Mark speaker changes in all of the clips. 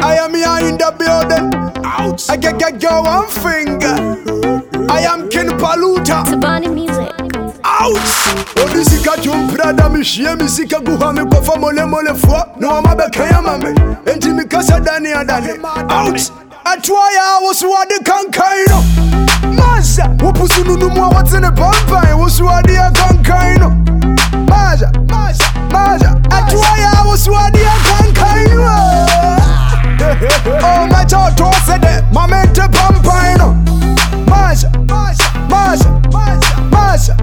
Speaker 1: I am here in the building. I get get go one finger. I am Ken Paluta. Oh,
Speaker 2: Sabani Music.
Speaker 1: odisika kyomprada mishie misika guhame kofa molemole fua nowamabekaya mame enti mikasa dani adane out atwaya wosuwade kankaino maza wopusununumwa watsene pampae wosuwade ya kankaino maza maza maza atwaya wosuwade ya kankaino omacaotosede mamente pampaino maza maza maza maza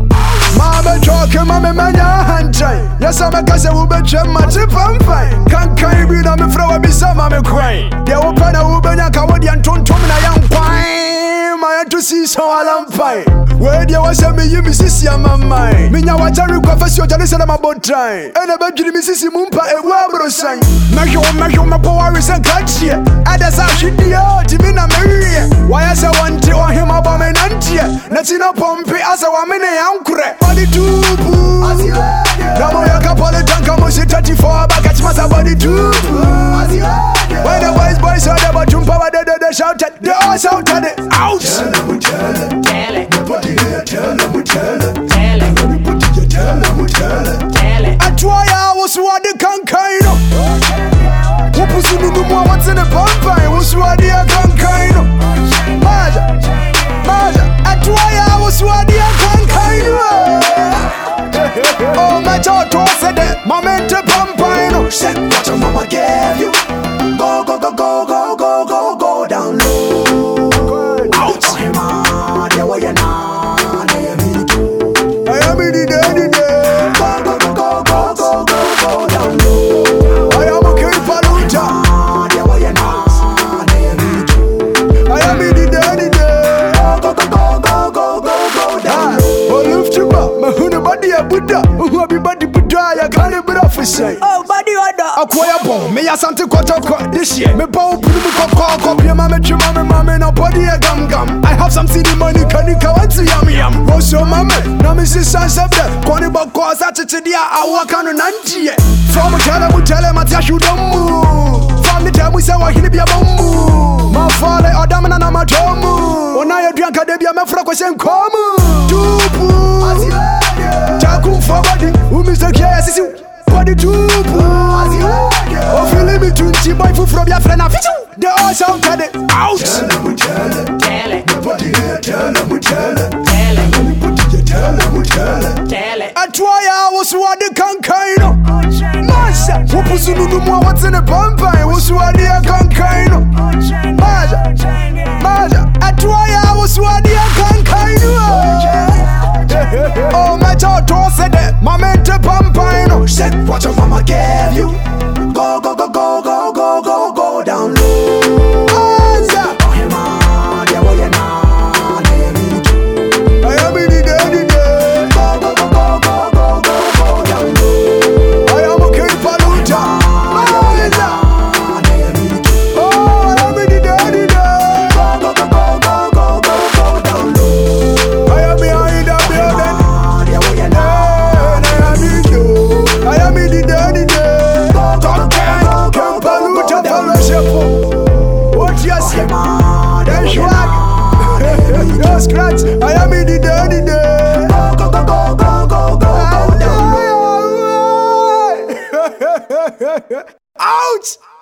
Speaker 1: Mama choke mama manya hantai Yes I'm a kase ube chema chipampai Kankai bina me frawa bisa mame kwai Ya upana ube nyaka wadi antontom na yang kwai Maya tu si so alampai Wedi ya wase mi yimi sisi ya mamai Minya wachari kwa fasi ojani sana mabotai Ene bejiri mi sisi mumpa e wabro sang Mehi o mehi o mepo wari sen kachie Ada sa shidi ya timina meye Waya se wanti o hima bame nantie Netina pompi asa wamine yankure Body tupu Namo yaka pole tanka mushi 34 Baka chimasa body tupu When the boys boys saw the batum power They they they shouted They all shouted it out Tell them tell them
Speaker 3: Tell it,
Speaker 1: Nobody here tell them tell them
Speaker 3: tell it,
Speaker 1: Nobody here tell them tell them
Speaker 3: tell it.
Speaker 1: atwaya wosuwade kankaino wopusununumwa watsene pampae wosuwade ya kankaino maja maja atwaya wosuwade ya kankaino omaca otosede mamente pampaino Said what your mama gave you. Go, go, go, go, go, go, go, go down low. Out. Oh, hey, man, yeah, well, you're not, yeah, you're really good. I am in the day, the day. Go, go, go, go, go, go, go, go down low. I am a kid Faluta. I am in the day, the day. Go, go, go, go, go, go, go down low. Olufchimba, mahuna badi ya Buddha. Uhu abibadi Buddha ya kale brafisai.
Speaker 3: Oh, body order.
Speaker 1: akoya bɔn meyɛ asante kɔtɔkɔ this year mebɔ wo punu mu kɔkɔɔkɔ piama metwema me ma me na bɔde yɛ gamgam i have some cd money kanika wanti yamyam wɔsoma me na mesisa nsɛm dɛ kɔne bɔkɔɔ sɛ kyekyedeɛ a awoa ka no nanteɛ frɔ mo tɛlɛ mu tɛlɛ mate ahwewdɔ mu fam ne tɛɛ mu sɛ wɔhene biabɔ mu mafɔle ɔdam na namatɔ mu wona yɛduanka da bia mɛfrɛ kɔhyɛ nkɔɔ mu dubu takumfɔ bɔde wo misɛkiɛ yɛ sisi Body tupu Ofili mitunchi boy fufro bia friend na fichu They all shouted it out
Speaker 3: Tell it, tell it.
Speaker 1: Atwaya wosuwade kankaino Masha Wupusununu mwa watsene pampae Wosuwade ya kankaino Masha Masha Atwaya wosuwade ya kankaino Oh mecha otosede Mamente pampaino Said what your mama gave you Go go go go go go go go down low Oh, Anza oh, I am in the day, the day. I am a kid Faluta. Malaysia. Oh, I am in the day, the day. I am behind the building. And I am in the- I am in the day, the day. Come, come, come, Faluta, fellowship. What you say? Then shrug. No scratch. I am in the day, the day. Ouch!